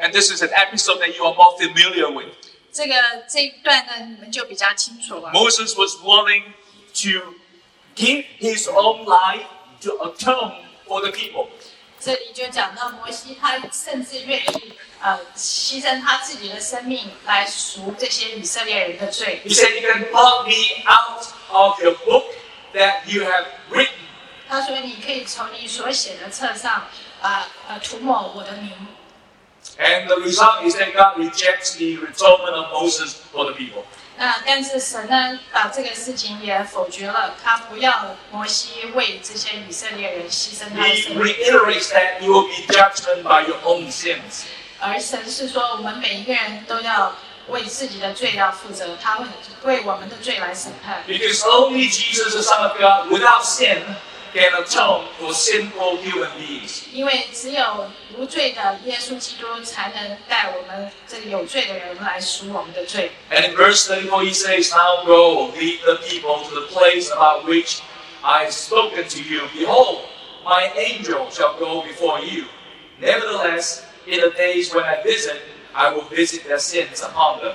And this is an episode that you are more familiar with. 这个这一段呢，你们就比较清楚了。 Moses was willing to give his own life to atone for the people. 这里就讲到摩西，他甚至愿意呃牺牲他自己的生命来赎这些以色列人的罪。 He said, You can pluck me out of your book that you have written. 他说：“你可以从你所写的册上，啊呃涂抹我的名。 And the result is that God rejects the atonement of Moses for the people. ”那但是神呢，把这个事情也否决了，他不要摩西为这些以色列人牺牲他的 He 生命， reiterates that you will be judgment by your own sins. 而神是说，我们每一个人都要为自己的罪要负责，他会为我们的罪来审判。 Because only Jesus, the Son of God, without sin, can atone for sinful human beings. 因为只有无罪的耶稣基督才能带我们这个有罪的人来赎我们的罪。 And in verse 34, he says, Now go, lead the people to the place about which I have spoken to you. Behold, my angel shall go before you. Nevertheless, in the days when I visit, I will visit their sins upon them.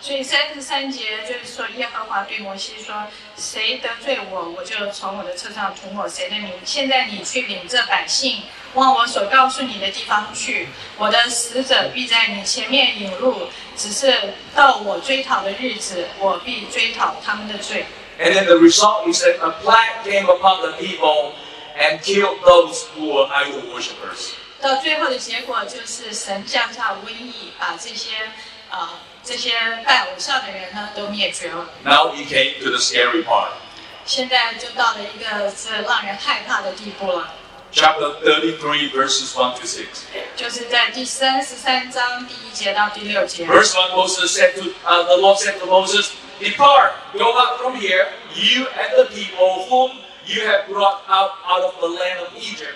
所以三十三节就是说，耶和华对摩西说：“谁得罪我，我就从我的车上涂抹谁的名。现在你去领这百姓往我所告诉你的地方去，我的使者必在你前面引路。只是到我追讨的日子，我必追讨他们的罪。” And then the result is that a plague came upon the people and killed those who were idol worshippers. 到最后的结果就是神降下瘟疫，把这些呃这些拜偶像的人呢都灭绝了。 Now we came to the scary part. 现在就到了一个是让人害怕的地步了， Chapter 33, verses 1 to 6. 就是在第三十三章第一节到第六节。 Verse 1 Moses said to uh, the Lord said to Moses, Depart, go out from here, you and the people whom you have brought out out of the land of Egypt,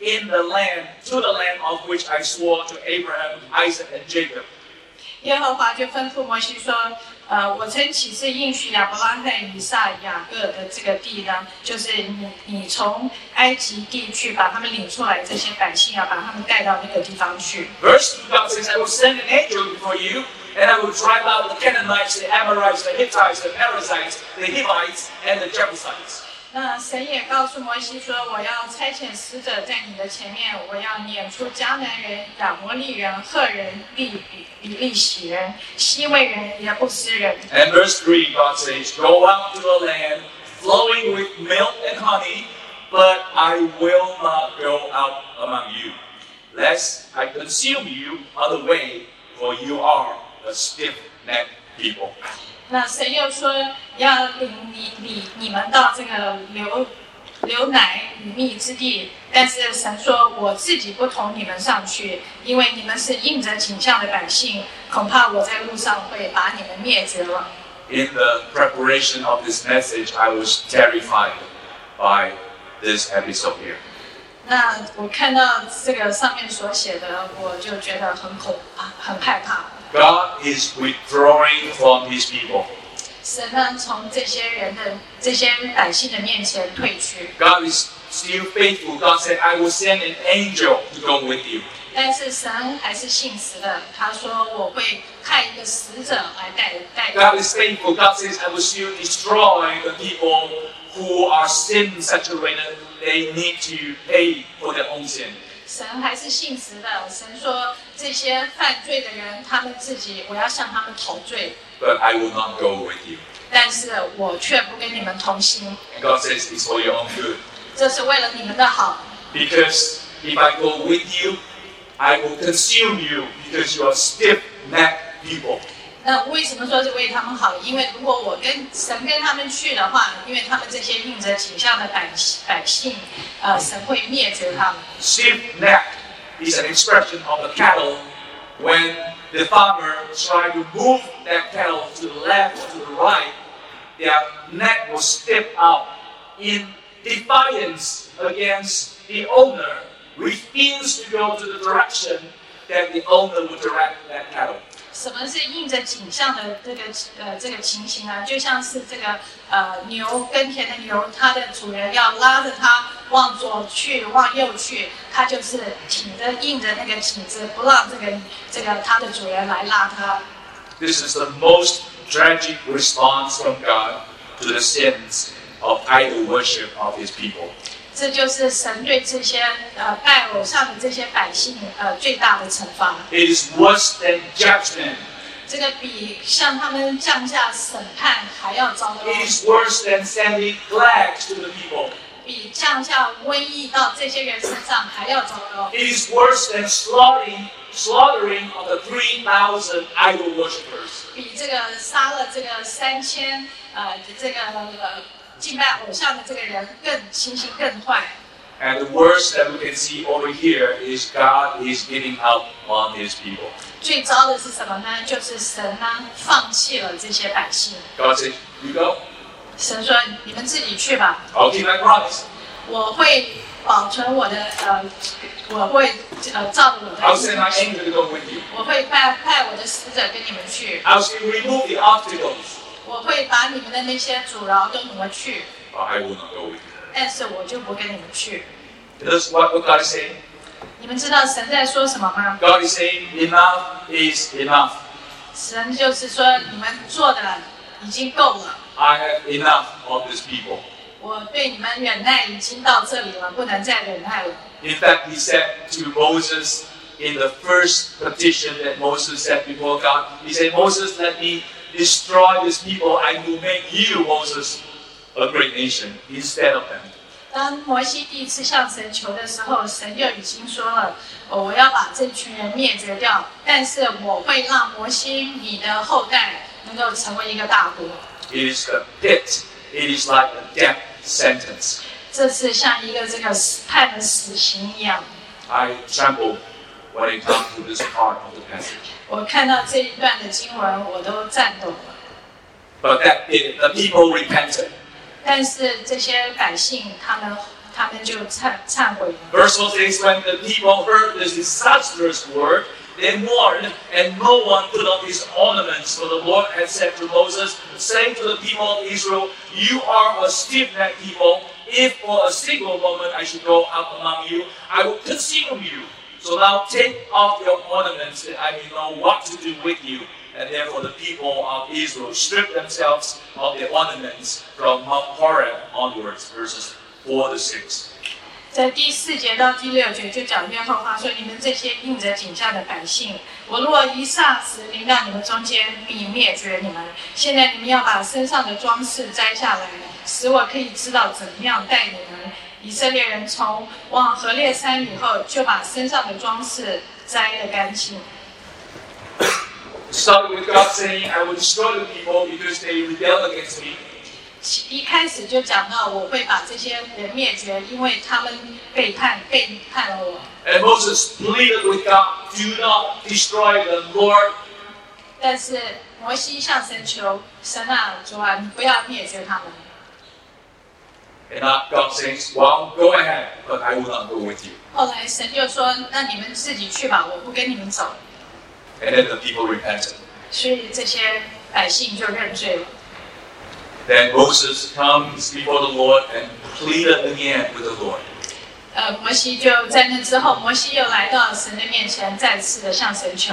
in the land to the land of which I swore to Abraham, Isaac, and Jacob. 耶和华就吩咐摩西说：“呃，我曾起誓应许亚伯拉罕、以撒、雅各的这个地呢，就是你你从埃及地去把他们领出来，这些百姓啊，把他们带到那个地方去。” Verse 2 God says, I will send an angel before you, and I will drive out the Canaanites, the Amorites, the Hittites, the Perizzites, the Hivites, and the Jebusites. 那神也告诉摩西说：“我要差遣使者在你的前面，我要撵出迦南人、亚摩利人、赫人、利比比利洗人、西魏人、耶布斯人。 And verse 3, God says, Go out to a land flowing with milk and honey, but I will not go out among you, lest I consume you on the way, for you are a stiff necked people. ”那神又说：“要领你你你们到这个流流奶与蜜之地。”但是神说：“我自己不同你们上去，因为你们是应着景象的百姓，恐怕我在路上会把你们灭绝了。” In the preparation of this message, I was terrified by this episode here. 那我看到这个上面所写的，我就觉得很恐啊，很害怕。 God is withdrawing from his people. 神呢，从这些人的这些百姓的面前退去， God is still faithful. God said, I will send an angel to go with you. 但是神还是信实的。他说：“我会派一个使者来带带。 God is faithful. God says, I will still destroy the people who are sin saturated. They need to pay for their own sin. ”神还是信实的。神说：“这些犯罪的人，他们自己，我要向他们讨罪， But I will not go with you. 但是我却不跟你们同心， And God says, It's for your own good. 这是为了你们的好。 Because if I go with you, I will consume you because you are stiff necked people. 那为什么说是为他们好？因为如果我跟神跟他们去的话，因为他们这些应着景象的百姓百姓，呃，神会灭绝他们。 Stiff necked is an expression of the cattle when the farmer tried to move that cattle to the left or to the right, their neck was stiff out in defiance against the owner, refused to go to the direction that the owner would direct that cattle. 什么是印着景象的这个呃这个情形呢？就像是这个呃牛耕田的牛，它的主人要拉着它往左去，往右去，它就是挺着印着那个颈子，不让这个这个它的主人来拉它。 This is the most tragic response from God to the sins of idol worship of his people. 这就是神对这些呃拜偶像的这些百姓呃最大的惩罚。 It is worse than judgment. 这个比向他们降下审判还要糟糕， It is worse than sending plagues to the people. 比降下瘟疫到这些人身上还要糟糕， It is worse than slaughtering, slaughtering of the 3,000 idol worshippers. 比这个杀了这个三千呃这个呃敬拜偶像的这个人更情形更坏。 And the worst that we can see over here is God is giving up on his people. 最糟的是什么呢？就是神呢、放弃了这些百姓， God said, You go, 神说你们自己去吧， I'll keep my promise. 我会保存我的呃，我会呃照着我 I'll send my 的。 angel to go with you. 我会派派我的使者跟你们去， I'll still remove the obstacles. 我会把你们的那些阻挠都挪去， But I will not go with you. 但是我就不跟你们去。 That's what what God is saying. 你们知道神在说什么吗？ God is saying, Enough is enough. 神就是说你们做的已经够了， I have enough of these people. 我对你们忍耐已经到这里了，不能再忍耐了。 In fact, he said to Moses in the first petition that Moses said before God, he said, Moses, let me destroy these people. I will make you, Moses, a great nation instead of them. 当摩西第一次向神求的时候，神就已经说了：“哦我要把这群人灭绝掉，但是我会让摩西你的后代能够成为一个大国。 It is the pit. It is like a death sentence. ”这是像一个这个判了死刑一样。 I tremble when I come to this part of the passage. 我看到这一段的经文，我都颤抖了。 But that did it. The people repented. 但是这些百姓，他们他们就忏忏悔了。 Verse 4 says, When the people heard this disastrous word, they mourned, and no one put on his ornaments. For the Lord had said to Moses, Say to the people of Israel, You are a stiff necked people. If for a single moment I should go up among you, I will consume you. So now take off your ornaments, that I may know what to do with you. And therefore the people of Israel stripped themselves of their ornaments from Mount Horeb onwards. Verses 4 to 6. 在第四节到第六节就讲约后话说：“你们这些应着景象的百姓，我若一霎时临到你们中间，必灭绝你们。现在你们要把身上的装饰摘下来，使我可以知道怎么样待你们。”以色列人从往河烈山以后，就把身上的装饰摘得干净。 started with God saying, I will destroy the people because they rebelled against me. 一开始就讲到我会把这些人灭绝，因为他们背叛背叛了我。 And Moses pleaded with God, do not destroy them, Lord. 但是摩西向神求，神啊，主啊，你不要灭绝他们。 And now God says, well, go ahead, but I will not go with you. 后来神就说：“那你们自己去吧，我不跟你们走。 And then the people repented. ”所以这些百姓就认罪了。 Then Moses comes before the Lord and pleaded again with the Lord. 呃，摩西就在那之后，摩西又来到神的面前，再次的向神求。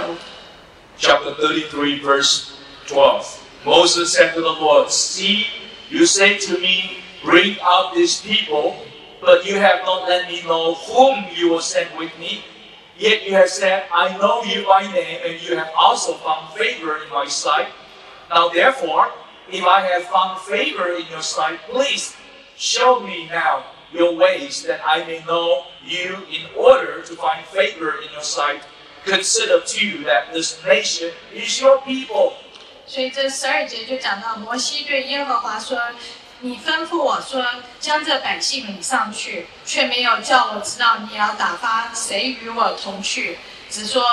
Chapter 33, verse 12. Moses said to the Lord, See, you say to me, Bring out these people, but you have not let me know whom you will send with me. Yet you have said, I know you by name, and you have also found favor in my sight. Now therefore, if I have found favor in your sight, please show me now your ways that I may know you in order to find favor in your sight. Consider too that this nation is your people. 所以这十二节就讲到摩西对耶和华说：“你吩咐我说，将这百姓领上去，却没有叫我知道你要打发谁与我同去，只说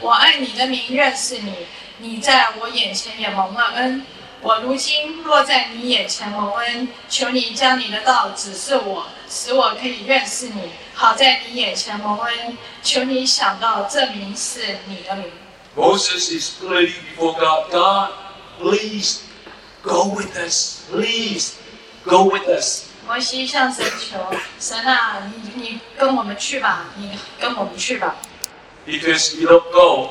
我按你的名认识你，你在我眼前也蒙了恩。我如今落在你眼前蒙恩，求你将你的道指示我，使我可以认识你，好在你眼前蒙恩。求你想到这名是你的名。” Moses is pleading before God, God, please go with us. Please go with us. 摩西向神求：“神啊，你你跟我们去吧，你跟我们去吧。 Because if you don't go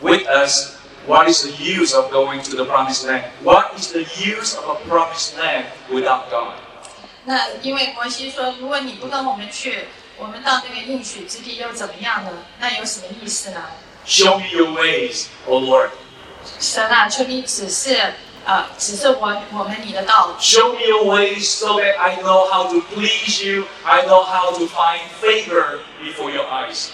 with us, what is the use of going to the promised land? What is the use of a promised land without God? ”那因为摩西说：“如果你不跟我们去，我们到那个应许之地又怎么样呢？那有什么意思呢 Show me your ways, O Lord.？” 神啊，求你指示，呃，指示我我们你的道， Show me your ways so that I know how to please you. I know how to find favor before your eyes.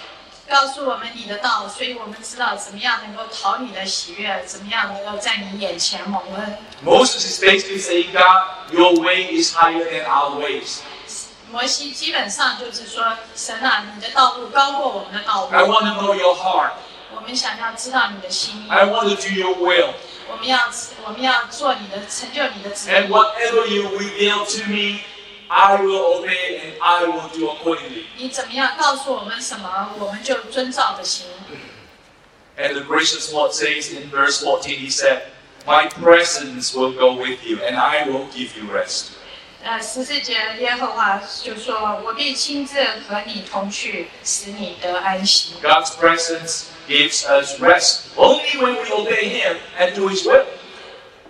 告诉我们你的道，所以我们知道怎么样能够讨你的喜悦，怎么样能够在你眼前蒙恩。 Moses is basically saying, God, your way is higher than our ways. 摩西基本上就是说，神啊，你的道路高过我们的道 I 路， want to know your heart. 我们想要知道你的心意， I want to do your will. 我们要我们要做你的，成就你的旨 And 意。 whatever you reveal to me, I will obey and I will do accordingly. 你怎么样告诉我们什么，我们就遵照着行。 And the gracious Lord says in verse 14, He said, My presence will go with you and I will give you rest. 呃，十四节耶和华就说：“我必亲自和你同去，使你得安息。 God's presence gives us rest only when we obey Him and do His will. ”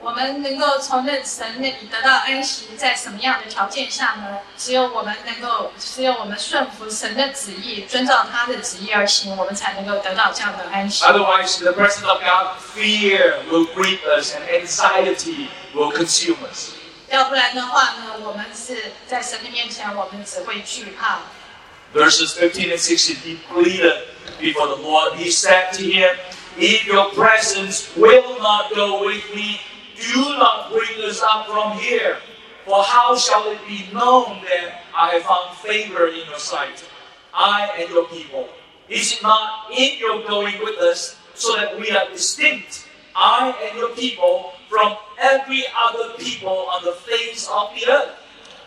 我们能够从那神那里得到安息，在什么样的条件下呢？只有我们能够，只有我们顺服神的旨意，遵照他的旨意而行，我们才能够得到这样的安息。 Otherwise, in the presence of God, fear will grip us and anxiety will consume us. 要不然的话呢，我们是在神的面前，我们只会惧怕。 Verses 15 and 16, he pleaded before the Lord. He said to him, If your presence will not go with me, do not bring us up from here. For how shall it be known that I have found favor in your sight, I and your people? Is it not in your going with us, so that we are distinct, I and your people, from every other people on the face of the earth?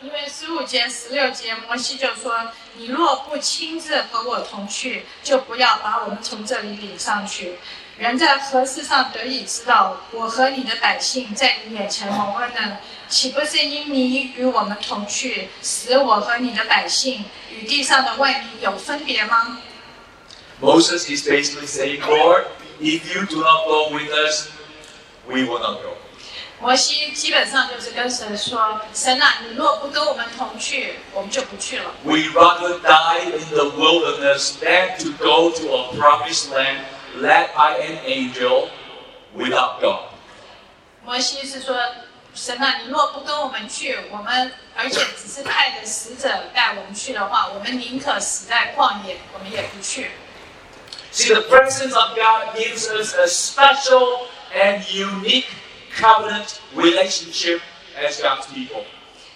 因为十五节、十六节，摩西就说：“你若不亲自和我同去，就不要把我们从这里领上去。人在何事上得以知道我和你的百姓在你眼前蒙恩呢？岂不是因你与我们同去，使我和你的百姓与地上的万民有分别吗？” Moses is basically saying, Lord, if you do not go with us, we will not go. 摩西基本上就是跟神说：“神啊，你若不跟我们同去，我们就不去了。” We rather die in the wilderness than to go to a promised land led by an angel without God. 摩西是说：“神啊，你若不跟我们去，我们而且只是派的使者带我们去的话，我们宁可死在旷野，我们也不去。 See, the presence of God gives us a special and unique covenant relationship as God's people.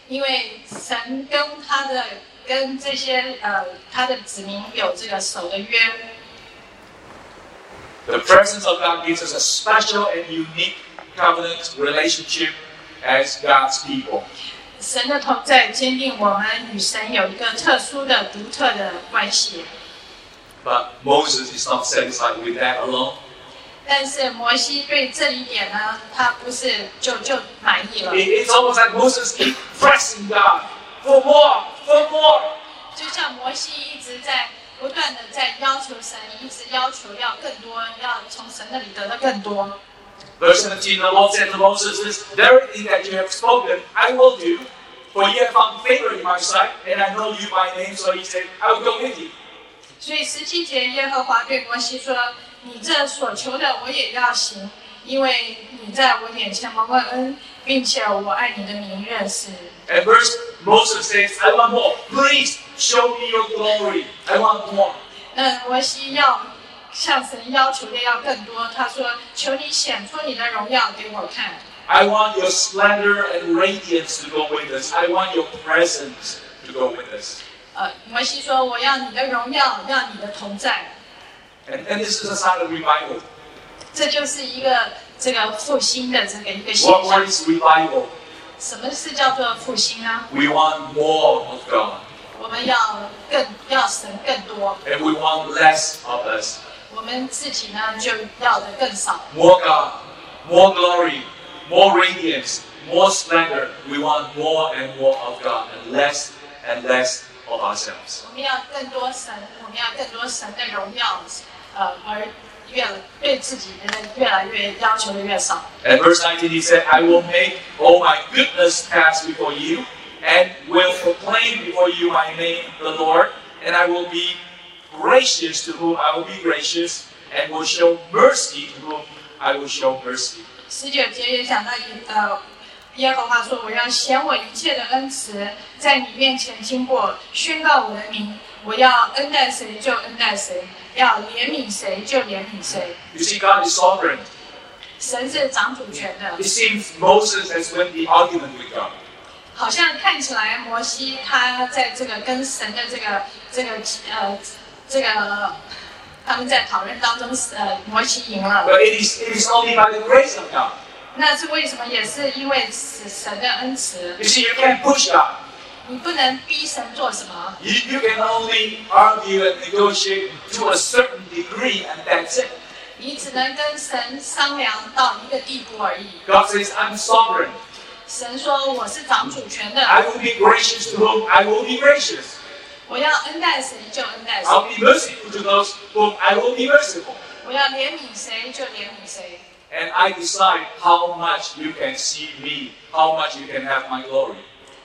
因为神跟他的跟这些呃他的子民有这个守的约， The presence of God gives us a special and unique covenant relationship as God's people. 神的同在坚定我们与神有一个特殊的、独特的关系。 But Moses is not satisfied with that alone. 但是摩西对这一点呢，他不是就就满意了 It-。It's almost like Moses keeps pressing God for more, for more. 就像摩西一直在不断的在要求神，一直要求要更多，要从神那里得到更多。 Verse 17, the Lord said to Moses, This very thing that you have spoken, I will do. For you have found favor in my sight, and I know you by name. So he said, I will go with you. 所以十七节耶和华对摩西说：“你这所求的我也要行，因为你在我眼前蒙过恩，并且我爱你的名认识。 And verse Moses says, I want more. Please show me your glory. I want more. ”那摩西要向神要求的要更多，他说：“求你显出你的荣耀给我看， I want your splendor and radiance to go with us. I want your presence to go with us. 呃，摩西说：“我要你的荣耀，要你的同在。” And, and this is a sign of revival. 这就是一个这个复兴的这个一个现 What, what 象。 is revival? 什么是叫做复兴呢？ We want more of God, 我们要更要神更多， and we want less of us. 我我们自己呢就要的更少， More God, more glory, more radiance, more splendor. We want more and more of God and less and less of ourselves. 我们要更多神，我们要更多神的荣耀，呃，而越对自己的越来越要求的越少。 And verse 19, he said, I will make all my goodness pass before you, and will proclaim before you my name, the Lord, and I will be gracious to whom I will be gracious, and will show mercy to whom I will show mercy. 十九节也讲到一呃，耶和华说：“我要显我一切的恩慈，在你面前经过，宣告我的名。我要恩待谁就恩待谁，要怜悯谁就怜悯谁。 You see, God is sovereign. 神是掌主权的 It，seems Moses has won the argument with God. 好像看起来摩西他在这个跟神的这个这个呃这个他们在讨论当中，呃，摩西赢了。 But it is, it is only by the grace of God. 那是为什么？也是因为死神的恩慈， You see, you can't push God. 你不能逼神做什么。 You, you can only argue and negotiate to a certain degree, and that's it. 你只能跟神商量到一个地步而已。 God says, I'm sovereign. 神说我是掌主权的， I will be gracious to whom I will be gracious. 我要恩待谁就恩待 I'll 谁， be merciful to those whom I will be merciful. 我要怜悯谁就怜悯谁。 And I decide how much you can see me, how much you can have my glory.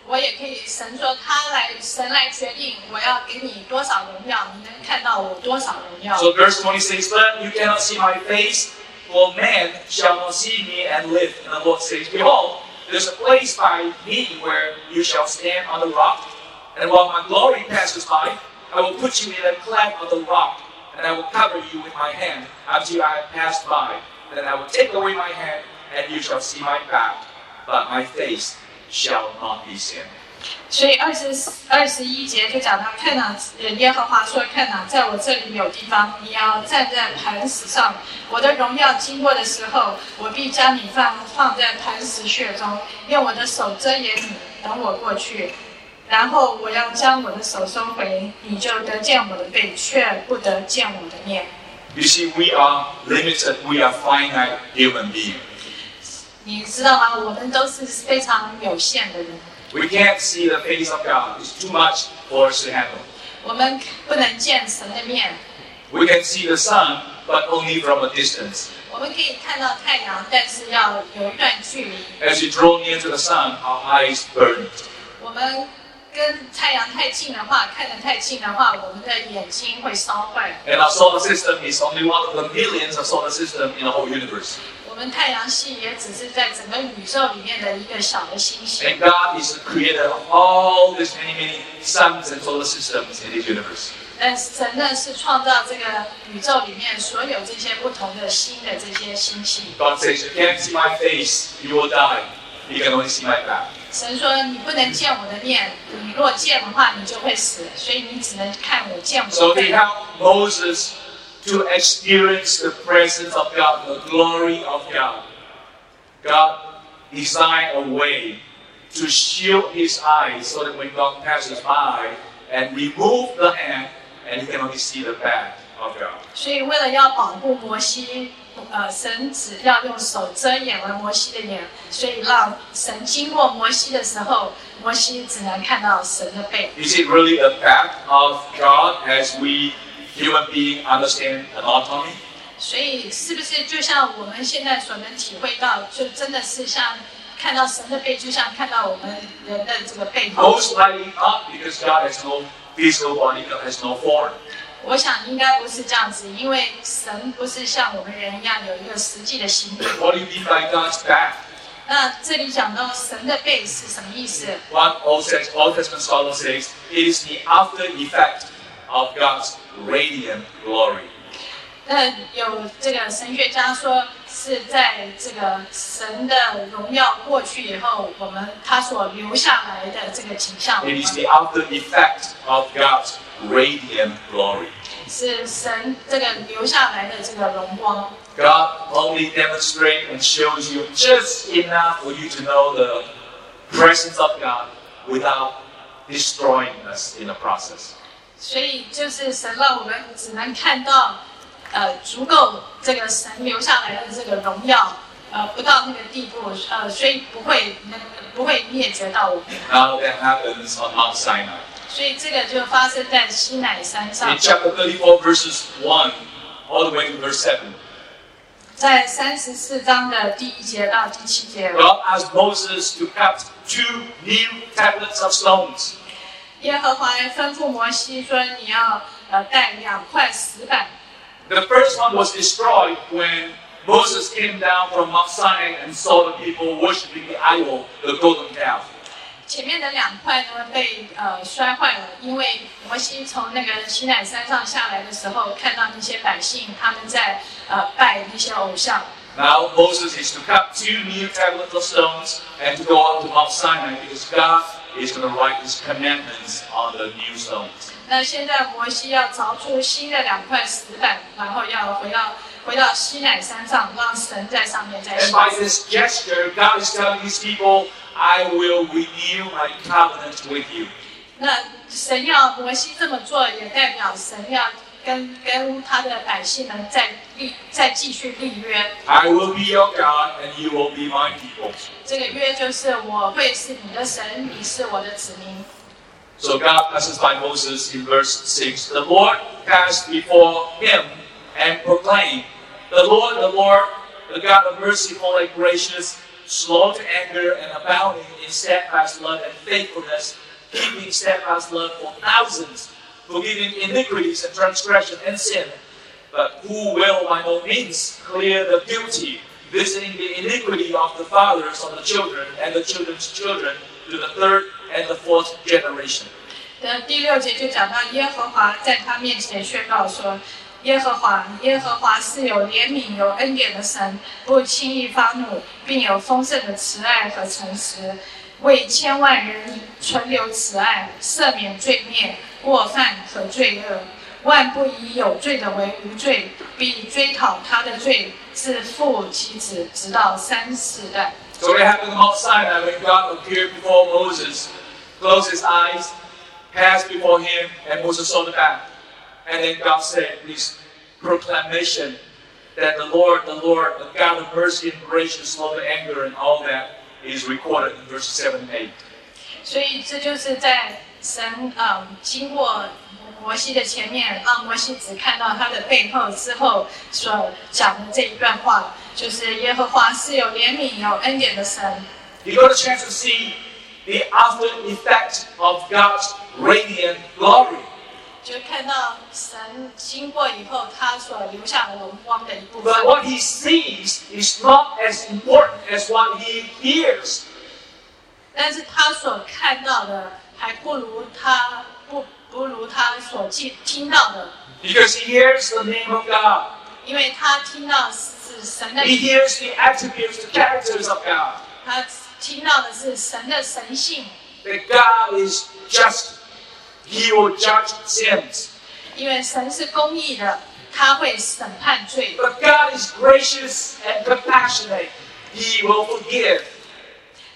我也可以，神说他来，神来决定我要给你多少荣耀，你能看到我多少荣耀。 So verse 26, but you cannot see my face, for man shall not see me and live. And the Lord says, Behold, there's a place by me where you shall stand on the rock, and while my glory passes by, I will put you in a cleft of the rock, and I will cover you with my hand until I have passed by. Then I will take away my hand, and you shall see my back, but my face shall not be seen. 所以二十二十一节就讲到看哪，呃耶和华说看哪，在我这里有地方，你要站在磐石上，我的荣耀经过的时候，我必将你放放在磐石穴中，用我的手遮掩你，等我过去。然后我要将我的手收回，你就得见我的背，却不得见我的面。 You see, we are limited, we are finite human beings. 你知道吗？我们都是非常有限的人， We can't see the face of God. It's too much for us to handle. 我们不能见神的面， We can see the sun, but only from a distance. 我们可以看到太阳，但是要有一段距离。 As we draw near to the sun, our eyes burn. 我们跟太阳太近的话，看得太近的话，我们的眼睛会烧坏。 And our solar system is only one of the millions of solar systems in the whole universe. 我们太阳系也只是在整个宇宙里面的一个小的星系， And God is the creator of all these many, many suns and solar systems in this universe. 但是神呢是创造这个宇宙里面所有这些不同的新的这些星系。 God says, You can't see my face, you will die. You can only see my back. 神说：“你不能见我的面，你若见的话，你就会死，所以你只能看我见我 So 的 they 面。 help Moses to experience the presence of God, the glory of God. God designed a way to shield his eyes so that when God passes by and remove the hand, and he can only see the back of God. 所以为了要保护摩西，呃，神只要用手遮掩了摩西的眼，所以让神经过摩西的时候，摩西只能看到神的背。 Is it really the back of God as we human beings understand anatomy? 所以是不是就像我们现在所能体会到，就真的是像看到神的背，就像看到我们人的这个背后？ Most likely not, because God has no physical body, God has no form. 我想应该不是这样子，因为神不是像我们人一样有一个实际的形体。 What do you mean by God's back? 那这里讲到神的背是什么意思？ One Old says, Old Testament scholar says, it is the after effect of God's radiant glory. 那有这个神学家说是在这个神的荣耀过去以后，我们他所留下来的这个景象， It is the after effect of God's radiant glory. 是神这个留下来的这个荣光。 God only demonstrates and shows you just enough for you to know the presence of God without destroying us in the process. 所以就是神让我们只能看到呃足够这个神留下来的这个荣耀，呃不到那个地步，呃所以不会那个不会灭绝到我们。 Now that happens on Mount Sinai. 所以这个就发生在西乃山上 In，chapter 34, verses 1 all the way to verse 7, 在三十四章的第一节到第七节， God asked Moses to cut two new tablets of stones. 耶和华吩咐摩西说：“你要呃带两块石板。” The first one was destroyed when Moses came down from Mount Sinai and saw the people worshiping the idol, the golden calf. 前面的两块呢被呃摔坏了，因为摩西从那个西奈山上下来的时候，看到那些百姓他们在呃拜那些偶像， Now Moses is to cut two new tablets of stones and to go up to Mount Sinai because God is going to write his commandments on the new stones. 那现在摩西要凿出新的两块石板，然后要回到回到西奈山上，让神在上面再 And 写。 by this gesture, God is telling his people, I will renew my covenant with you. 那神要摩西这么做，也代表神要跟跟他的百姓们再立再继续立约。 I will be your God and you will be my people. 这个约就是我会是你的神，你是我的子民。 So God passes by Moses in verse 6. The Lord passed before him and proclaimed, The Lord, the Lord, the God of merciful and gracious, slow to anger and abounding in steadfast love and faithfulness, keeping steadfast love for thousands, forgiving iniquities and transgression and sin, but who will by no means clear the guilty, visiting the iniquity of the fathers on the children and the children's children to the third and the fourth generation. 的第六节就讲到耶和华在他面前宣告说：“耶和华，耶和华是有怜悯、有恩典的神，不轻易发怒，并有丰盛的慈爱和诚实，为千万人存留慈爱，赦免罪孽、过犯和罪恶。万不以有罪的为无罪，必追讨他的罪，自父及子，直到三世代。” So what happened on Mount Sinai when God appeared before Moses, closed his eyes, passed before him, and Moses saw the back. And then God said this proclamation that the Lord, the Lord, the God of mercy and gracious, slow to anger, and all that is recorded in verses 7 and 8. 所以这就是在神嗯经过摩西的前面，让摩西只看到他的背后之后所讲的这一段话，就是耶和华是有怜悯有恩典的神。 You got a chance to see the after effect of God's radiant glory. 就看到神经过以后，他所留下的荣光的一部分 But。what he sees is not as important as what he hears. 但是他所看到的，还不如他不不如他所记听到的， Because he hears the name of God. 因为他听到是神的， He hears the attributes, the characters of God. 他听到的是神的神性。 That God is just. He will judge sins. 因为神是公义的，他会审判罪； But God is gracious and compassionate. He will forgive.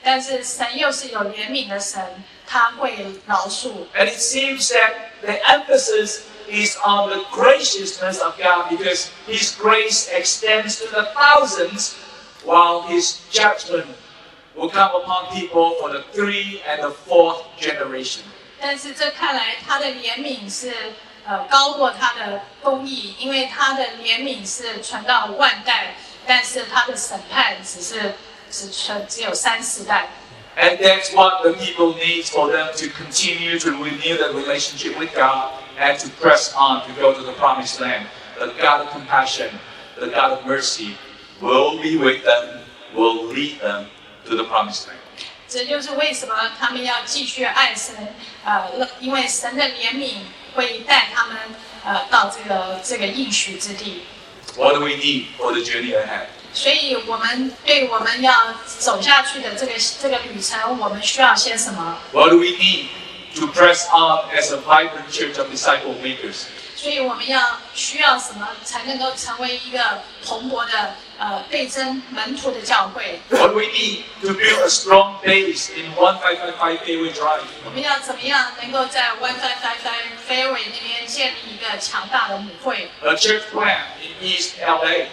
但是神又是有怜悯的神，他会饶恕。 And it seems that the emphasis is on the graciousness of God because His grace extends to the thousands, while His judgment will come upon people for the three and the fourth generation. 但是这看来他的怜悯是呃高过他的公义，因为他的怜悯是传到万代，但是他的审判只是只存只有三十代。 And that's what the people need for them to continue to renew their relationship with God and to press on to go to the promised land. The God of compassion, the God of mercy will be with them, will lead them to the promised land. 这就是为什么他们要继续爱神，呃，因为神的怜悯会带他们呃到这个这个应许之地。 What do we need for the journey ahead? 所以我们对我们要走下去的这个这个旅程，我们需要些什么？ What do we need to press on as a vibrant church of disciple makers? 所以我们要需要什么才能够成为一个蓬勃的呃倍增门徒的教会？ What we need to build a strong base in 1555 Fairway Drive 我们要怎么样能够在 One Five Five Five Fairway 那边建立一个强大的母会？ a church plan in East LA,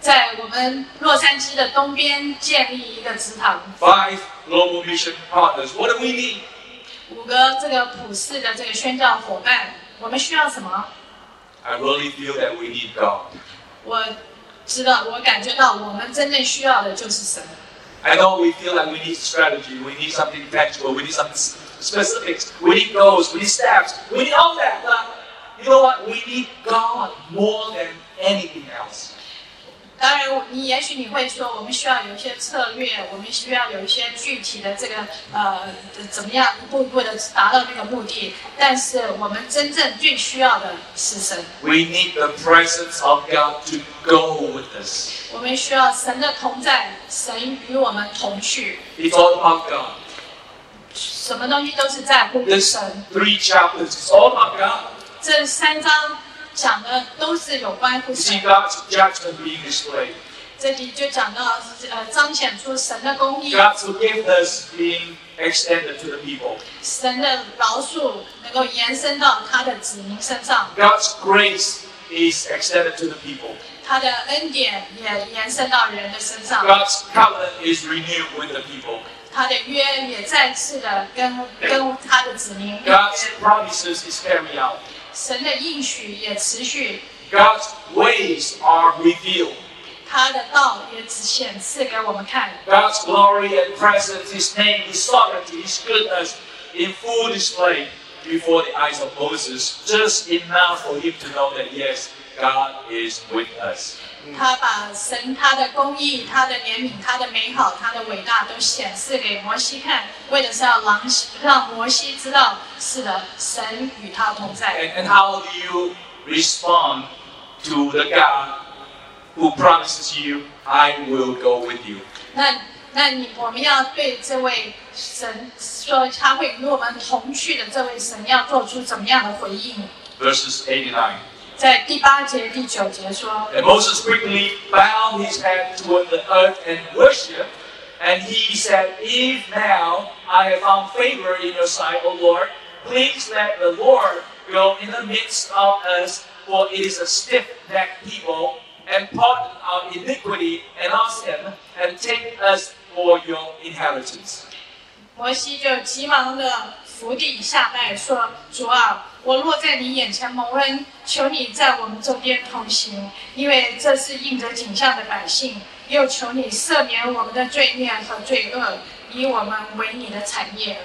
在我们洛杉矶的东边建立一个祠堂， five global mission partners. What do we need? 五个这个普世的这个宣教伙伴，我们需要什么？ I really feel that we need God. 我知道，我感觉到我们真正需要的就是神。 I know we feel like we need strategy, we need something tangible, we need something s- specifics, we need goals, we need steps, we need all that. But you know what? We need God more than anything else. 当然我，你也许你会说，我们需要有一些策略，我们需要有一些具体的这个呃怎么样一步一步的达到那个目的。但是我们真正最需要的是神， We need the presence of God to go with us. 我们需要神的同在，神与我们同去， It's all about God. 什么东西都是在乎 This 神。 three chapters is all about God. 这三章讲的都是有关乎 You see 神， God's judgment being displayed, 这里就讲到呃彰显出神的公义， God's forgiveness being extended to the people, 神的饶恕能够延伸到他的子民身上。 God's grace is extended to the people. 他的恩典也延伸到人的身上， God's covenant is renewed with the people. 他的约也再次的跟跟他的子民立约， God's promises is carried out. 神的应许也持续， God's ways are revealed. 他的道也只显示给我们看， God's glory and presence, His name, His sovereignty, His goodness in full display before the eyes of Moses, just enough for him to know that yes, God is with us. 他把神他的公义、他的怜悯、他的美好、他的伟大都显示给摩西看，为的是要让让摩西知道，是的，神与他同在。 And, and how do you respond to the God who promises you, I will go with you? 那那你我们要对这位神说他会与我们同去的这位神要做出怎么样的回应？ Verses 89. 在第八节、第九节说， And Moses quickly bowed his head toward the earth and worshipped. And he said, If now I have found favor in your sight, O Lord, please let the Lord go in the midst of us, for it is a stiff necked people, and pardon our iniquity and our sin, and take us for your inheritance. 摩西就急忙的伏地下拜说：“主啊，我落在你眼前蒙恩，求你在我们中间同行，因为这是应着景象的百姓。又求你赦免我们的罪孽和罪恶，以我们为你的产业。”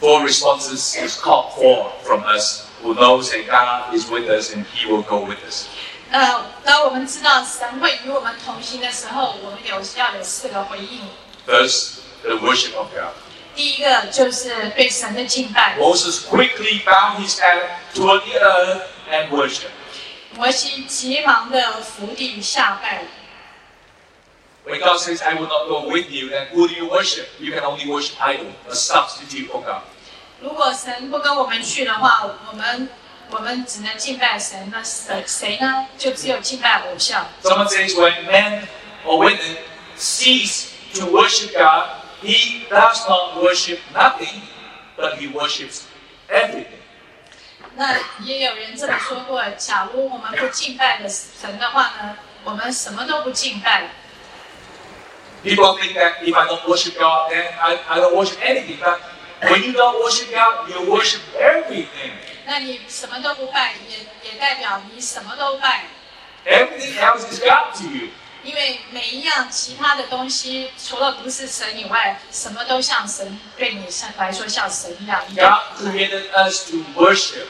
Four responses is called for from us who knows that God is with us and He will go with us. 呃，当我们知道神会与我们同行的时候，我们有要有四个回应。 First, the worship of God. 第一个就是对神的敬拜， Moses quickly bowed his head toward the earth and worshiped. 摩西急忙的伏地下拜。 When God says, I will not go with you, then who do you worship? You can only worship idol, a substitute for God. 如果神不跟我们去的话，我们我们只能敬拜神，那谁谁呢？就只有敬拜偶像。 Someone says, when men or women cease to worship God, he does not worship nothing, but he worships everything. 那也有人这么说过：，假如我们不敬拜的神的话呢，我们什么都不敬拜。 People think that if I don't worship God, then I, I don't worship anything. But when you don't worship God, you worship everything. 那你什么都不拜，也也代表你什么都拜。 Everything else is God to you. 因为每一样其他的东西，除了不是神以外，什么都像神，对你像来说像神一样。 God created us to worship.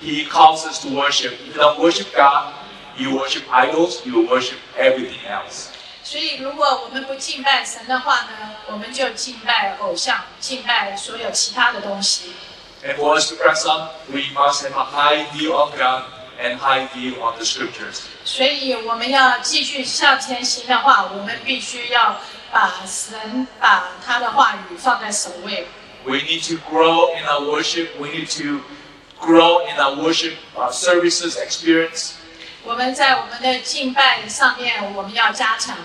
He calls us to worship. If you don't worship God, you worship idols, you worship everything else. 所以，如果我们不敬拜神的话呢，我们就敬拜偶像，敬拜所有其他的东西。 And for us to press on, we must have a high view of God and high view of the scriptures. 所以，我们要继续向前行的话，我们必须要把神、把他的话语放在首位。 We need to grow in our worship. We need to grow in our worship, our services experience. 我们在我们的敬拜上面，我们要加强。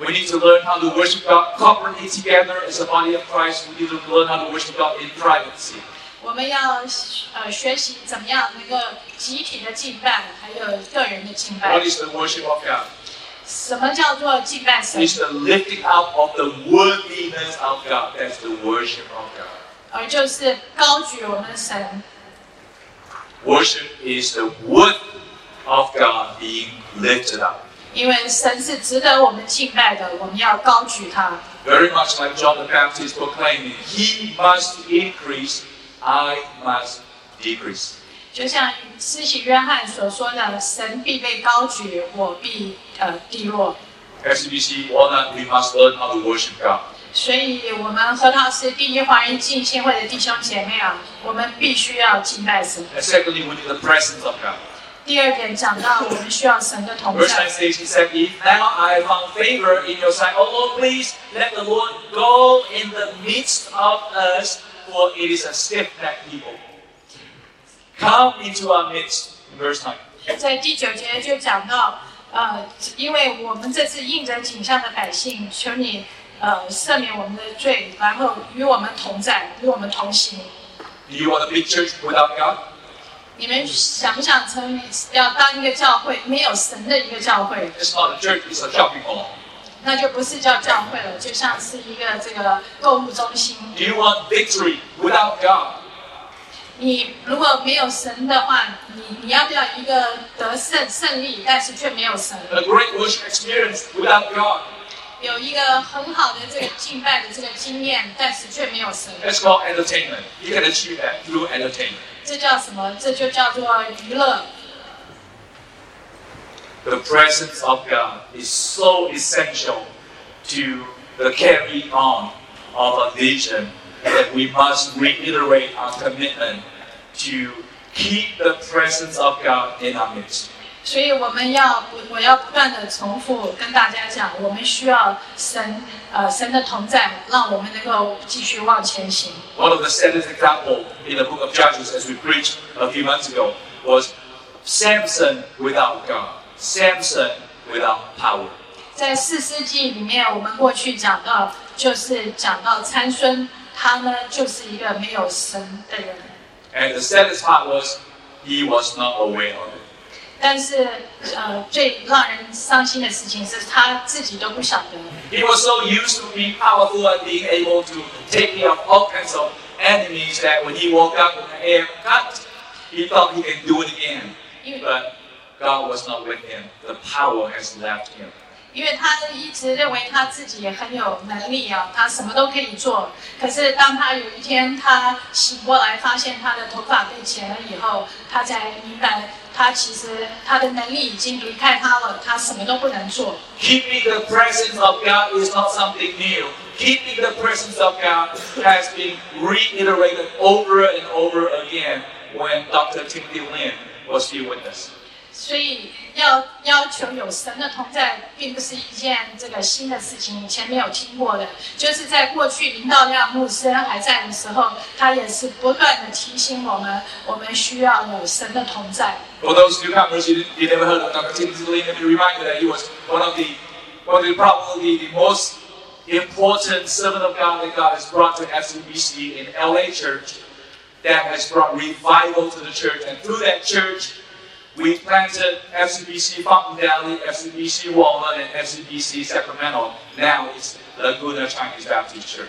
We need to learn how to worship God corporately together as a body of Christ. We need to learn how to worship God in privacy. 我们要呃学习怎么样能够集体的敬拜，还有个人的敬拜 What。is the worship of God? 什么叫做敬拜神？ It's the lifting up of the worthiness of God. That's the worship of God. 而就是高举我们的神， Worship is the worth of God being lifted up. 因为神是值得我们敬拜的，我们要高举他。 Very much like John the Baptist proclaiming, He must increase, I must decrease. 就像施洗约翰所说的：“神必被高举，我必呃低落。 SBC Walnut, we must learn how to worship God. ”所以，我们何老师第一华人浸信会的弟兄姐妹啊，我们必须要敬拜神。 And secondly, we need the presence of God. 第二点讲到，我们需要神的同 Verse 9在。 says, He said, If now I found favor in your sight, oh Lord, please let the Lord go in the midst of us, for it is a stiff necked people. Come into our midst. Verse 9. 在第九节就讲到，呃，因为我们这次应着景象的百姓，求你呃赦免我们的罪，然后与我们同在，与我们同行。 Do you want a big church without God? 你们想不想成为要当一个教会，没有神的一个教会， It's not a church, it's a shopping mall. 那就不是叫教会了，就像是一个这个购物中心。 Do you want victory without God? 你如果没有神的话，你你要不要一个得胜胜利，但是却没有神？ A great worship experience without God? 有一个很好的这个敬拜的这个经验，但是却没有神， That's called entertainment. You can achieve that through entertainment. 这叫什么？这就叫做娱乐。 The presence of God is so essential to the carrying on of a vision that we must reiterate our commitment to keep the presence of God in our midst. 所以我们要不，我要不断的重复跟大家讲，我们需要神，呃，神的同在，让我们能够继续往前行。 One of the saddest example in the book of Judges, as we preached a few months ago, was Samson without God, Samson without power. 在四世纪里面，我们过去讲到，就是讲到参孙，他呢就是一个没有神的人， And the saddest part was he was not aware of it. 但是呃，最让人伤心的事情是他自己都不晓得。 He was so used to being powerful and being able to take care of all kinds of enemies that when he woke up with an air cut, he thought he can do it again. 因为 But God was not with him. The power has left him. 因为他一直认为他自己很有能力啊，他什么都可以做。可是当他有一天他醒过来，发现他的头发被剪了以后，他才明白，他其实他的能力已经离开他了，他什么都不能做。 Keeping the presence of God is not something new. Keeping the presence of God has been reiterated over and over again when Dr. Timothy Lin was still with us. 所以要要求有神的同在，并不是一件这个新的事情，以前没有听过的。就是在过去林道亮牧师还在的时候，他也是不断的提醒我们，我们需要有神的同在。 For those newcomers, you, you never heard of Dr. Timothy Lee, let me remind you that he was one of the, one of the probably the most important servant of God that God has brought to SCBC in LA Church, that has brought revival to the church. And through that church, we planted FCBC Fountain Valley, FCBC Walnut, and FCBC Sacramento. Now it's Laguna Chinese Baptist Church.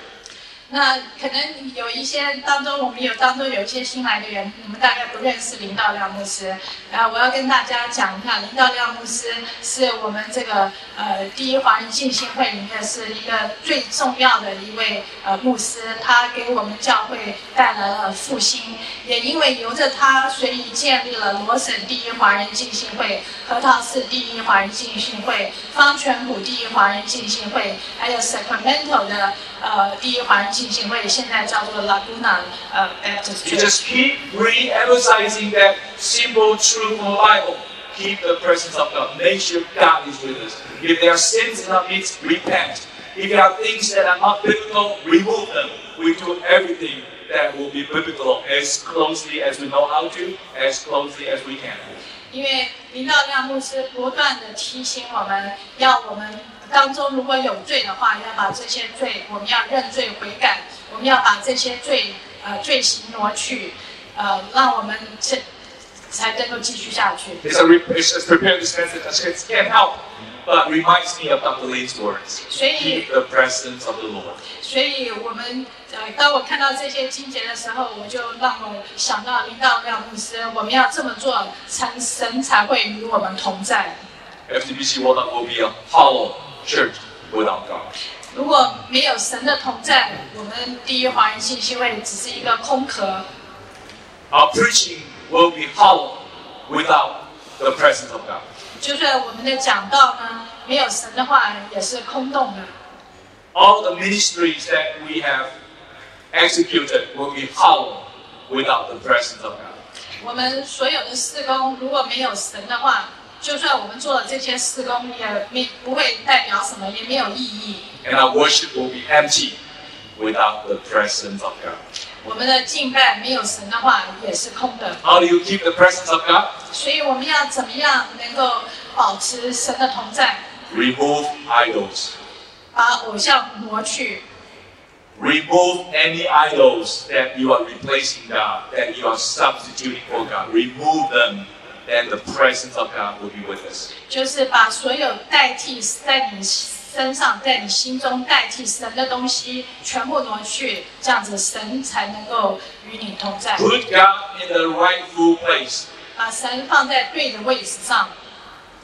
那可能有一些当中，我们有当中有一些新来的人，你们大概不认识林道亮牧师。呃，我要跟大家讲一下，林道亮牧师是我们这个呃第一华人浸信会里面是一个最重要的一位呃牧师，他给我们教会带来了复兴，也因为由着他，所以建立了罗省第一华人浸信会、核桃市第一华人浸信会、方泉谷第一华人浸信会，还有 Sacramento 的呃第一华人浸信会，现在叫做 Laguna 呃 Baptist You Church。 just keep re-emphasizing that simple truth from the Bible. Keep the presence of God. Make sure God is with us. If there are sins in our midst, repent. If there are things that are not biblical, remove them. We do everything that will be biblical as closely as we know how to, as closely as we can. 因为林道亮牧师不断的提醒我们，要我们当中如果有罪的话，要把这些罪，我们要认罪悔改，我们要把这些罪呃罪行挪去，呃，让我们这才能够继续下去。 It's a re- it's it's prepared this message. I just can't help but reminds me of Dr. Lee's words. 所以 Keep the presence of the Lord. 所以我们呃，当我看到这些经节的时候，我就让我想到林道亮牧师，我们要这么做，才神才会与我们同在。 FTBC World Cup will be a hollow church without God. 如果没有神的同在，我们第一华人信息会只是一个空壳， Our preaching will be hollow without the presence of God. 就是我们的讲道呢，没有神的话也是空洞的。 All the ministries that we have executed will be hollow without the presence of God. 我们所有的事工如果没有神的话，就算我们做了这些事工，也没不会代表什么，也没有意义。 And our worship will be empty without the presence of God. 我们的敬拜没有神的话也是空的。 How do you keep the presence of God? 所以我们要怎么样能够保持神的同在， Remove idols. 把偶像挪去， Remove any idols that you are replacing God, that you are substituting for God. Remove them, then the presence of God will be with us. 就是把所有代替在你身上、在你心中代替神的东西全部挪去，这样子神才能够与你同在， Put God in the rightful place. 把神放在对的位置上，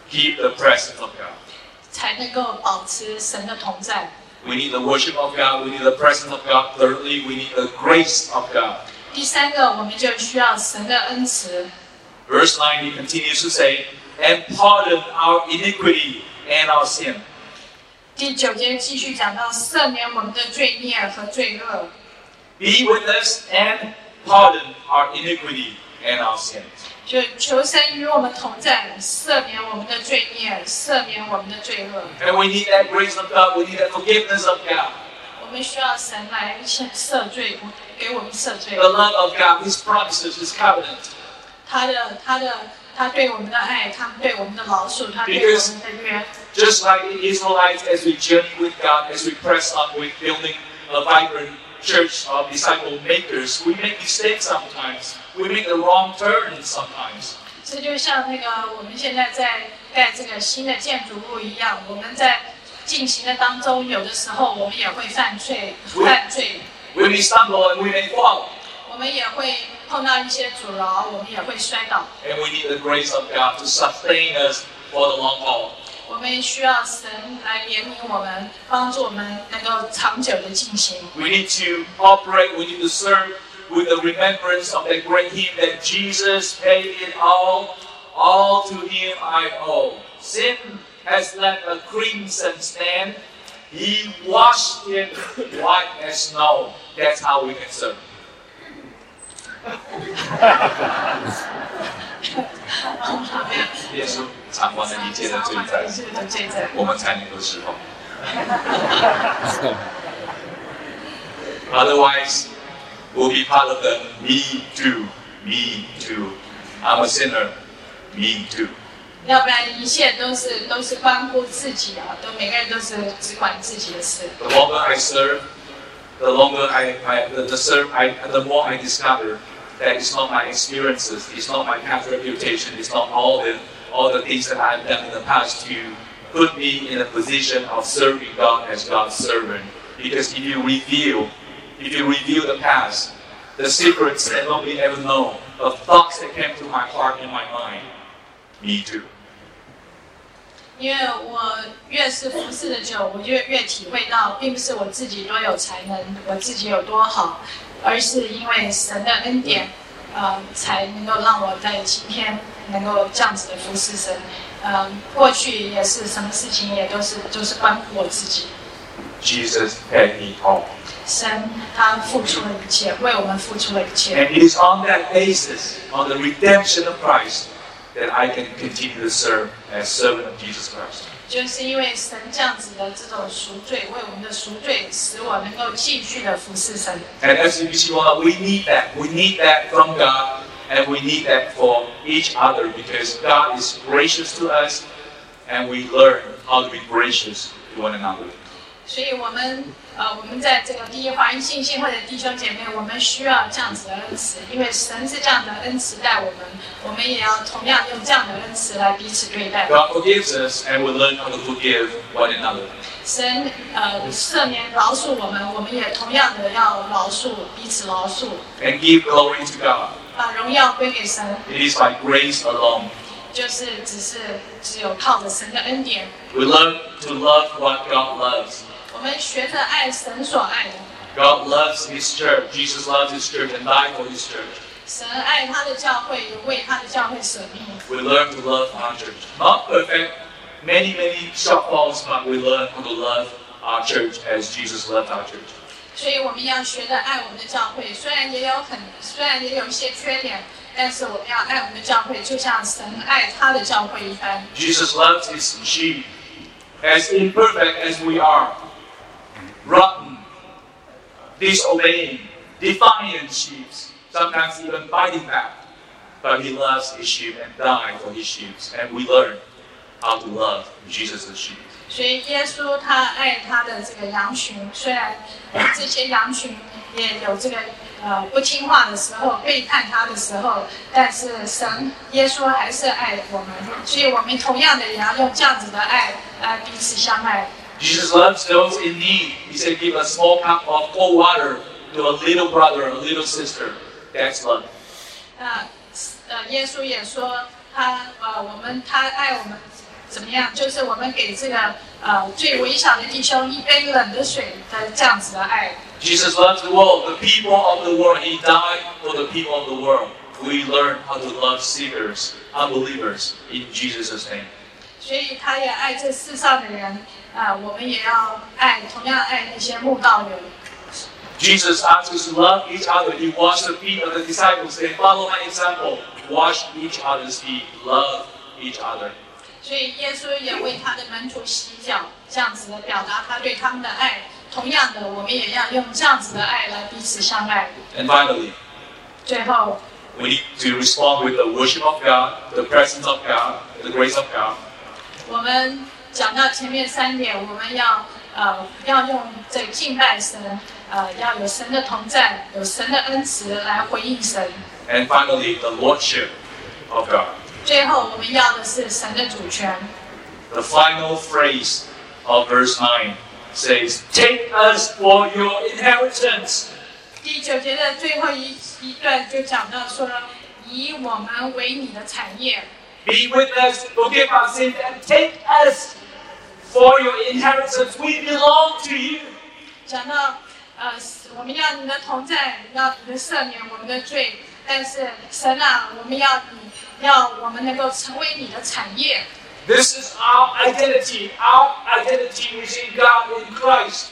Keep the presence of God. 才能够保持神的同在。 We need the worship of God. We need the presence of God. Thirdly, we need the grace of God. 第三个，我们就需要神的恩慈。 Verse 9, he continues to say, and pardon our iniquity and our sin. 第九节继续讲到赦免我们的罪孽和罪恶， Be with us and pardon our iniquity and our sin. 就求神与我们同在，赦免我们的罪孽，赦免我们的罪恶。 And we need that grace of God. We need that forgiveness of God. 我们需要神来赦赦罪，给我们赦罪 The。love of God, His promises, His covenant. 他的他的他对我们的爱，他对我们的老鼠，他对我 Because- 们的约。 Just like the Israelites, as we journey with God, as we press on with building a vibrant church of disciple makers, we make mistakes sometimes. We make the wrong turns sometimes. 这就像那个我们现在在盖这个新的建筑物一样，我们在进行的当中，有的时候我们也会犯罪， Oui. 犯罪， We may stumble and we may fall, 我们也会碰到一些阻挠，我们也会摔倒。 and we need the grace of God to sustain us for the long haul. 我们需要神来怜悯我们，帮助我们能够长久的进行。 We need to operate, we need to serve with the remembrance of that great hymn that Jesus paid it all, all to him I owe. Sin has left a crimson stain, he washed it white as snow. That's how we can serve. 耶稣偿还了一切 的罪债，的罪债。我们才能够释放。Otherwise, we'll be part of the me too, me too. I'm a sinner, me too. 要不然一切都是都是关乎自己啊，都每个人都是只管自己的事。 The longer I serve, the longer I, I the, the serve, I, the more I discover that it's not my experiences, it's not my past reputation, it's not all the all the things that I've done in the past to put me in a position of serving God as God's servant. Because if you reveal, if you reveal the past, the secrets that nobody ever know, the thoughts that came to my heart and my mind, me too. 因为我越是服侍的久，我就越体会到，并不是我自己多有才能，我自己有多好，而是因为神的恩典，呃，才能够让我在今天能够这样子的服侍神。呃，过去也是什么事情也都是都是关乎我自己。 Jesus paid me all. 神他付出了一切，为我们付出了一切。 And it is on that basis, on the redemption of Christ, that I can continue to serve as servant of Jesus Christ. 就是因为神这样子的这种赎罪，为我们的赎罪，使我能够继续的服侍神。 And as you see, well, we need that. We need that from God, and we need that for each other because God is gracious to us, and we learn how to be gracious to one another. 所以，我们呃，我们在这个第一华人信息或者弟兄姐妹，我们需要这样子的恩慈，因为神是这样的恩慈待我们，我们也要同样用这样的恩慈来彼此对待。 God forgives us, and we learn how to forgive one another. 神呃赦免饶恕我们，我们也同样的要饶恕彼此饶恕， And give glory to God. 把荣耀归给神， It is by grace alone. 就是只是只有靠着神的恩典， We learn to love what God loves. 我们学着爱神所爱的。 God loves His church. Jesus loves His church and died for His church. 神爱他的教会，也为他的教会舍命。 We learn to love our church. Not perfect, many, many shortfalls, but we learn how to love our church as Jesus loved our church. 所以我们要学着爱我们的教会，虽然也有很，虽然也有一些缺点，但是我们要爱我们的教会，就像神爱他的教会一般。 Jesus loves His sheep. As imperfect as we are, rotten, disobeying, defiant sheep, sometimes even biting back. But He loves His sheep and died for His sheep. And we learn how to love Jesus' sheep. 所以耶稣他爱他的这个羊群，虽然呃这些羊群也有这个呃不听话的时候、背叛他的时候，但是神耶稣还是爱我们，所以我们同样的也要用这样子的爱来彼此相爱。 Jesus loves those in need. He said, Give a small cup of cold water to a little brother, a little sister. That's love. 那呃，耶稣也说他呃，我们他爱我们怎么样？就是我们给这个呃最微小的弟兄一杯冷的水的这样子的爱。 Jesus loves the world, the people of the world. He died for the people of the world. We learn how to love sinners, unbelievers, in Jesus' name. 所以他也爱这世上的人啊、我们也要爱，同样爱那些慕道友。 Jesus asks us to love each other. He washed the feet of the disciples, saying, Follow my example. Wash each other's feet. Love each other. 所以耶稣也为他的门徒洗脚，这样子的表达他对他们的爱。同样的，我们也要用这样子的爱来彼此相爱。 And finally, 最后， we need to respond with the worship of God, the presence of God, the grace of God. 我们讲到前面三点，我们要呃要用这个敬拜神，呃要有神的同在，有神的恩慈来回应神。 And finally, the Lordship of God. 最后，我们要的是神的主权。 The final phrase of verse 9 says, Take us for your inheritance. 第九节的最后一一段就讲到说，以我们为你的产业， Be with us, forgive our sins, and take us for your inheritance. We belong to you. 讲到呃我们要你的同在，要你的赦免我们的罪。但是神啊，我们要你要我们能够成为你的产业。 This is our identity, our identity is in God in Christ.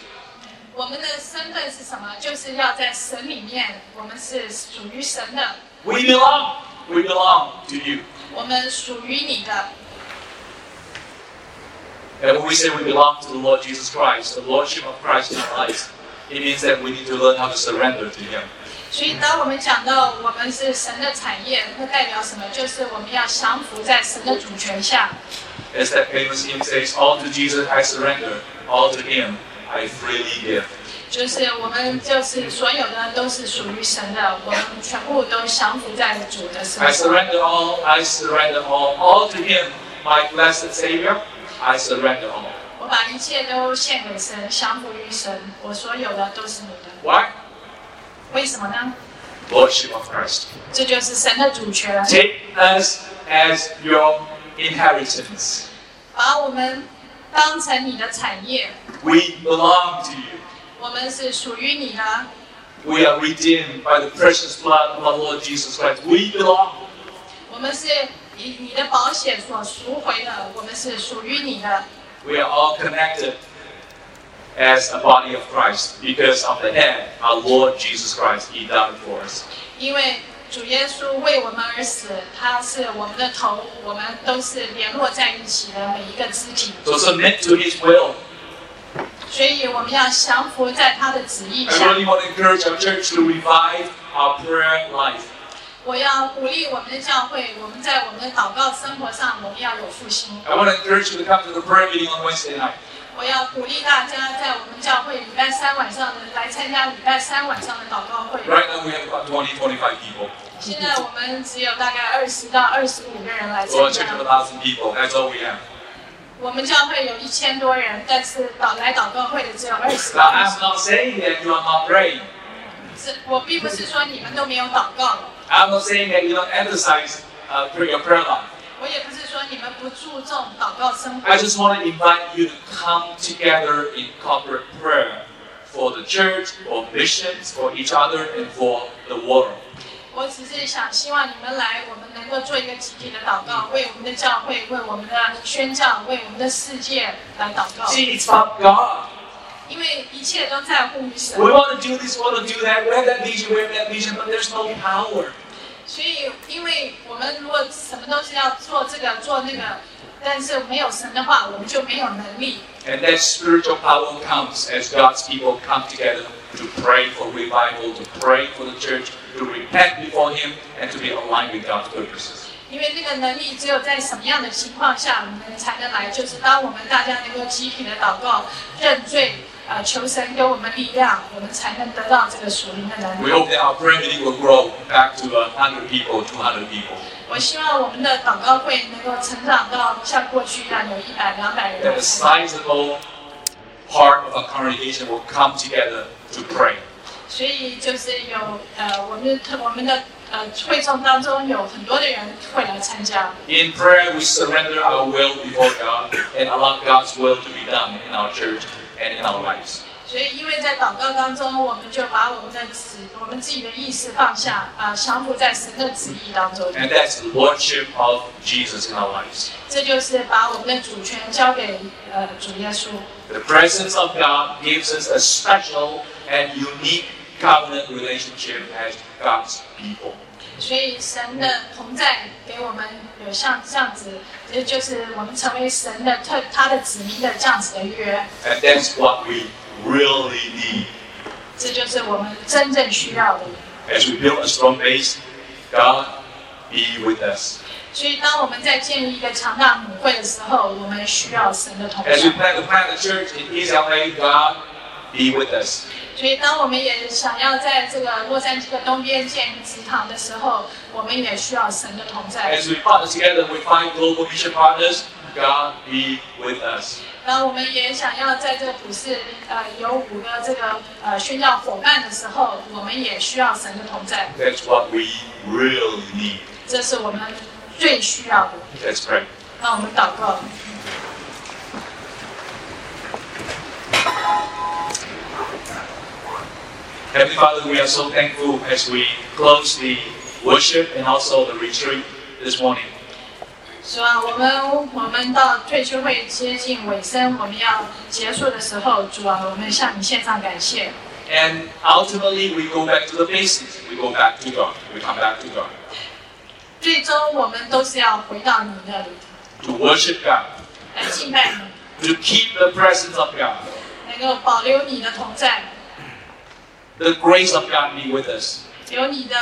我们的身份是什么？就是要在神里面，我们是属于神的， We belong. We belong to you. 我们属于你的。 And when we say we belong to the Lord Jesus Christ, the Lordship of Christ in our lives, it means that we need to learn how to surrender to Him. 所以，当我们讲到我们是神的产业，那代表什么？就是我们要降服在神的主权下。 As that famous hymn says, All to Jesus I surrender, all to Him I freely give. 就是我们就是所有的都是属于神的，我们全部都降服在主的身 I 上。 surrender all, I surrender all, all to Him, my blessed Savior, I surrender all. 我把一切都献给神，降服于神，我所有的都是你的。 Why? 为什么呢？ Lordship of Christ. 这就是神的主权。 Take us as your inheritance. 把我们当成你的产业， We belong to you. 我们是属于你的， We are redeemed by the precious blood of our Lord Jesus Christ. We belong. 我们是以你的保险所赎回的，我们是属于你的。 We are all connected as a body of Christ because of the head, our Lord Jesus Christ. He died for us. 因为主耶稣为我们而死，他是我们的头，我们都是联络在一起的每一个肢体， So submit to His will. 所以我们要降服在他的旨意 I 下。 really want to encourage our church to revive our prayer life. 我要鼓励我们的教会，我们在我们的祷告生活上，我们要有复兴。 I want to encourage you to come to the prayer meeting on Wednesday night. 我要鼓励大家在我们教会礼拜三晚上的来参加礼拜三晚上的祷告会。 Right now we have about 20, 25 people. 现在我们只有大概二十到二十五个人来 So 参 a church of 加。 1,000 people. That's all we have. 我们教会有一千多人，但是祷来祷告会的只有二十。 Now I'm not saying that you are not praying. 是我并不是说你们都没有祷告， I'm not saying that you don't emphasize uh, pray- your prayer life. 我也不是说你们不注重祷告生活 I。just want to invite you to come together in corporate prayer for the church, for missions, for each other, and for the world. 我只是想希望你们来，我们能够做一个集体的祷告，为我们的教会，为我们的宣教，为我们的世界来祷告， See, it's about God. 因为一切都在乎于神 We。want to do this, we want to do that, we have that vision, we have that vision, but there's no power. 所以，因为我们如果什么都是要做这个做那个，但是没有神的话，我们就没有能力。 And that spiritual power comes as God's people come together to pray for revival, to pray for the church, to repent before Him, and to be aligned with God's purposes. 因为那个能力只有在什么样的情况下我们才能来，就是当我们大家能够集体的祷告、认罪、呃求神给我们力量，我们才能得到这个属灵的能 We 力。 hope that our prayer meeting will grow back to uh, 100 people, 200 people. 我希望我们的祷告会能够成长到像过去一样有一百、两百人 that a。sizable part of our congregation will come together to pray. 所以就是有呃，我们我们的呃会众当中有很多的人会来参加。 In prayer, we surrender our will before God and allow God's will to be done in our church and in our lives. 所以，因为在祷告当中，我们就把我们的旨、我们自己的意识放下，啊、降服在神的旨意当中。 And that's the lordship of Jesus in our lives. 这就是把我们的主权交给呃主耶稣。 The presence of God gives us a special and unique covenant relationship as God's people. 所以，神的同在给我们有像这样子，这就是我们成为神的特他的子民的这样子的约。 And that's what we really need. 这就是我们真正需要的。 As we build a strong base, God be with us. 所以，当我们在建立一个强大母会的时候，我们需要神的同 As we 在。 plan to plant a church in East LA, God be with us. 所以，当我们也想要在这个洛杉矶的东边建立祠堂的时候，我们也需要神的同在。 As we partner together with five global mission partners, God be with us. 然后，我们也想要在这个普世呃有五个这个呃宣教伙伴的时候，我们也需要神的同在。 That's what we really need. 这是我们最需要的。 Let's pray. 让我们祷告， Heavenly Father, we are so thankful as we close the worship and also the retreat this morning. 是吧？我们我们到退休会接近尾声，我们要结束的时候，主啊，我们向你献上感谢。 And ultimately, we go back to the basics. We go back to God. We come back to God. 最终，我们都是要回到你那里 To worship God. 来敬拜你， To keep the presence of God. 能够保留你的同在， The grace of God be with us. 有你的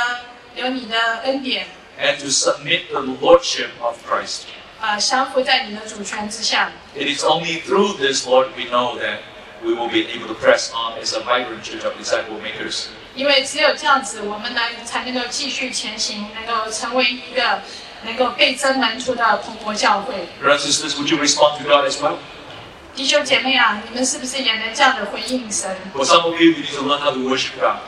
有你的恩典， and to submit to the Lordship of Christ. 啊、降服在你的主权之下。 It is only through this, Lord, we know that we will be able to press on as a vibrant church of disciple makers. 因为只有这样子，我们来才能够继续前行，能够成为一个能够倍增门徒的蓬勃教会。 Brothers and sisters, would you respond to God as well? 弟兄姐妹啊，你们是不是也能这样的回应神？ For some of you, you need to learn how to worship God.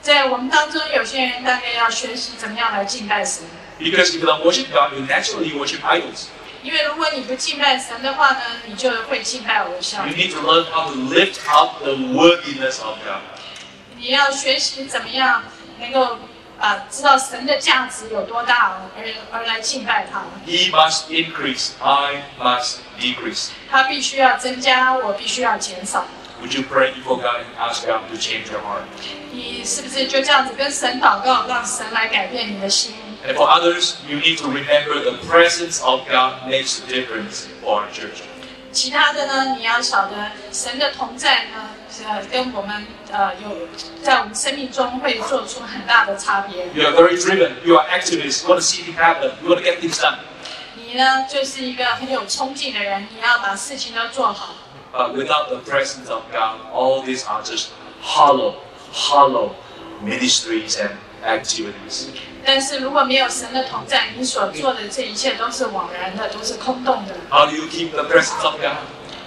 在我们当中，有些人大概要学习怎么样来敬拜神， Because if you don't worship God, you naturally worship idols. 因为如果你不敬拜神的话呢，你就会敬拜偶像 You。need to learn how to lift up the worthiness of God. 你要学习怎么样能够啊、知道神的价值有多大，而而来敬拜他。 He must increase, I must decrease. 他必须要增加，我必须要减少。 Would you pray before God and ask God to change your heart? 你是不是就这样子跟神祷告，让神来改变你的心？ And for others, you need to remember the presence of God makes a difference for our church. 其他的呢，你要晓得神的同在呢，呃，跟我们呃有在我们生命中会做出很大的差别。 You are very driven. You are activists. You want to see things happen. You want to get things done. 你呢，就是一个很有冲劲的人，你要把事情都做好。 But without the presence of God, all these are just hollow, hollow ministries and activities. 但是如果没有神的同在，你所做的这一切都是枉然的，都是空洞的。 How do you keep the presence of God?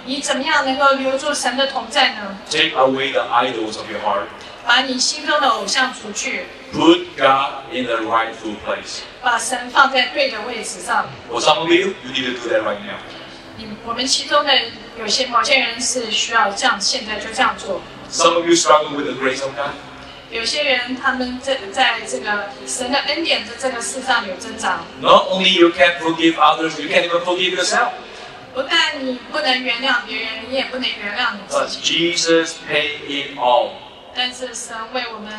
你怎么样能够留住神的同在呢？ Take away the idols of your heart. 把你心中的偶像除去， Put God in the rightful place. 把神放在对的位置上。 For some of you, you need to do that right now. 你我们其中的有些某些人是需要这样，现在就这样做。 Some of you struggle with the grace of God. 有些人他们在在这个神的恩典的这个世上有增长， Not only you can't forgive others, you can't even forgive yourself. 不但你不能原谅别人，你也不能原谅你自 But 己。 Jesus paid it all. 但是神为我们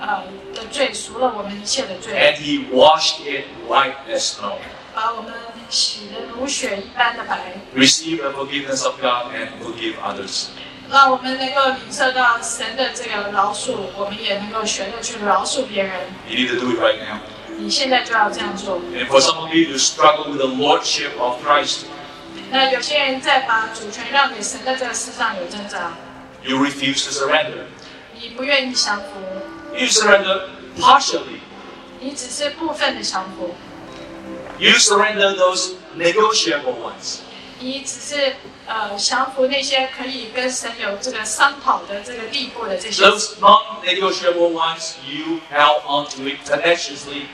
呃的罪赎了我们一切的罪， And he washed it white as snow. 把我们洗得如雪一般的白， Receive the forgiveness of God and forgive others. 让我们能够领受到神的这个饶恕，我们也能够学着去饶恕别人。 You need to do it right now. 你现在就要这样做。 And for some of you, you struggle with the lordship of Christ. 那有些人在把主权让给神的这个世上有挣扎， You refuse to surrender. 你不愿意降服， You surrender partially. 你只是部分的降服， You surrender those negotiable ones. 你只是呃降服那些可以跟神有这个商讨的这个地步的这些， Those non-negotiable ones, you held on to it tenaciously.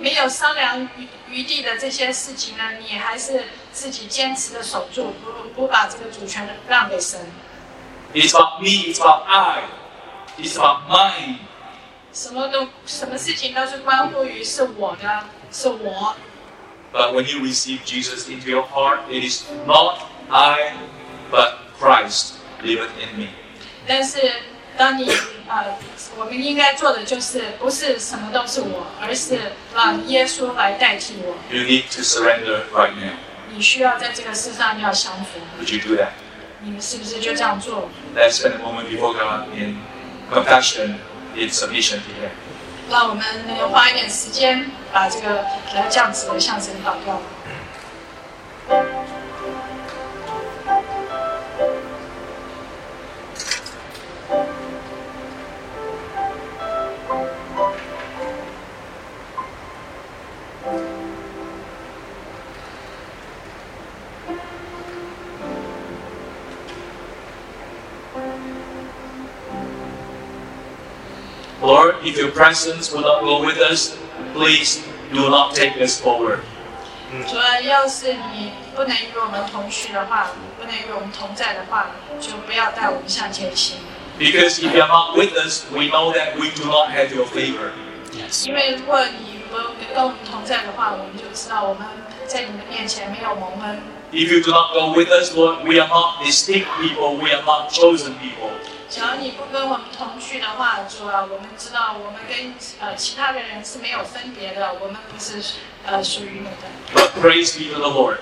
没有商量余余地的这些事情呢，你还是自己坚持的守住，不不把这个主权让给神。 It's about me. It's about I. It's about mine. 什么都什么事情都是关乎于是我的，是我。 But when you receive Jesus into your heart, it is not I, but Christ liveth in me. 但是当你呃，我们应该做的就是不是什么都是我，而是让耶稣来代替我。 You need to surrender right now. 你需要在这个世上要降服， Would you do that? 你们是不是就这样做？ Let's spend a moment before God in compassion, in submission to Him. 让我们能够花一点时间把这个来这样子的向神祷告。 Lord, if your presence will not go with us, please do not take us forward. 主要要是你不能与我们同去的话，不能与我们同在的话，就不要带我们向前行。 Because if you are not with us, we know that we do not have your favor. 因为如果你不跟我们同在的话，我们就知道我们在你的面前没有蒙恩。 If you do not go with us, Lord, we are not distinct people, we are not chosen people. 只要你不跟我们同去的话，主啊，我们知道我们跟呃其他的人是没有分别的，我们不是呃属于你的。 But praise be to the Lord.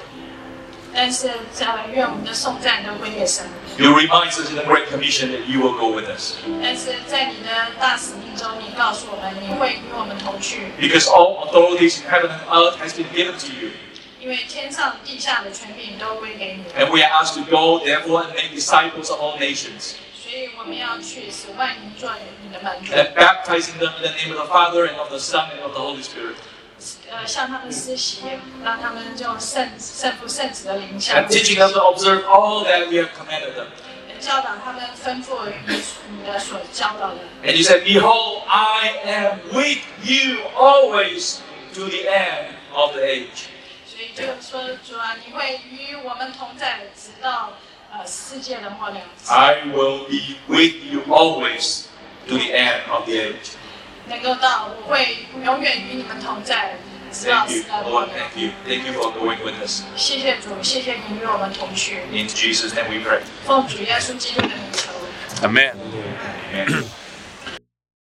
但是呃，愿我们的颂赞都归给神。 You remind us in the Great Commission that you will go with us. 但是在你的大使命中，你告诉我们，你会与我们同去， Because all authorities in heaven and earth has been given to you. 因为天上地下的权柄都归给你。 And we are asked to go, therefore, and make disciples of all nations. 所以我们要去使万民做你的门徒， And baptizing them in the name of the Father and of the Son and of the Holy Spirit. 呃，向他们施洗，让他们就圣圣父圣子的灵下 And，teaching them to observe all that we have commanded them. 教导他们吩咐你你的所教导的。 And you said, Behold, I am with you always to the end of the age. 所以就是说，主啊，你会与我们同在，直到呃世界的末了。 I will be with you always to the end of the age. 能够到，我会永远与你们同在，直到 Thank 世 you, 代末 Lord. 了。 Thank you. Thank you for going with us. 谢谢主，谢谢你与我们同去， In Jesus' name we pray. 奉主耶稣基督的名求。 Amen. Amen.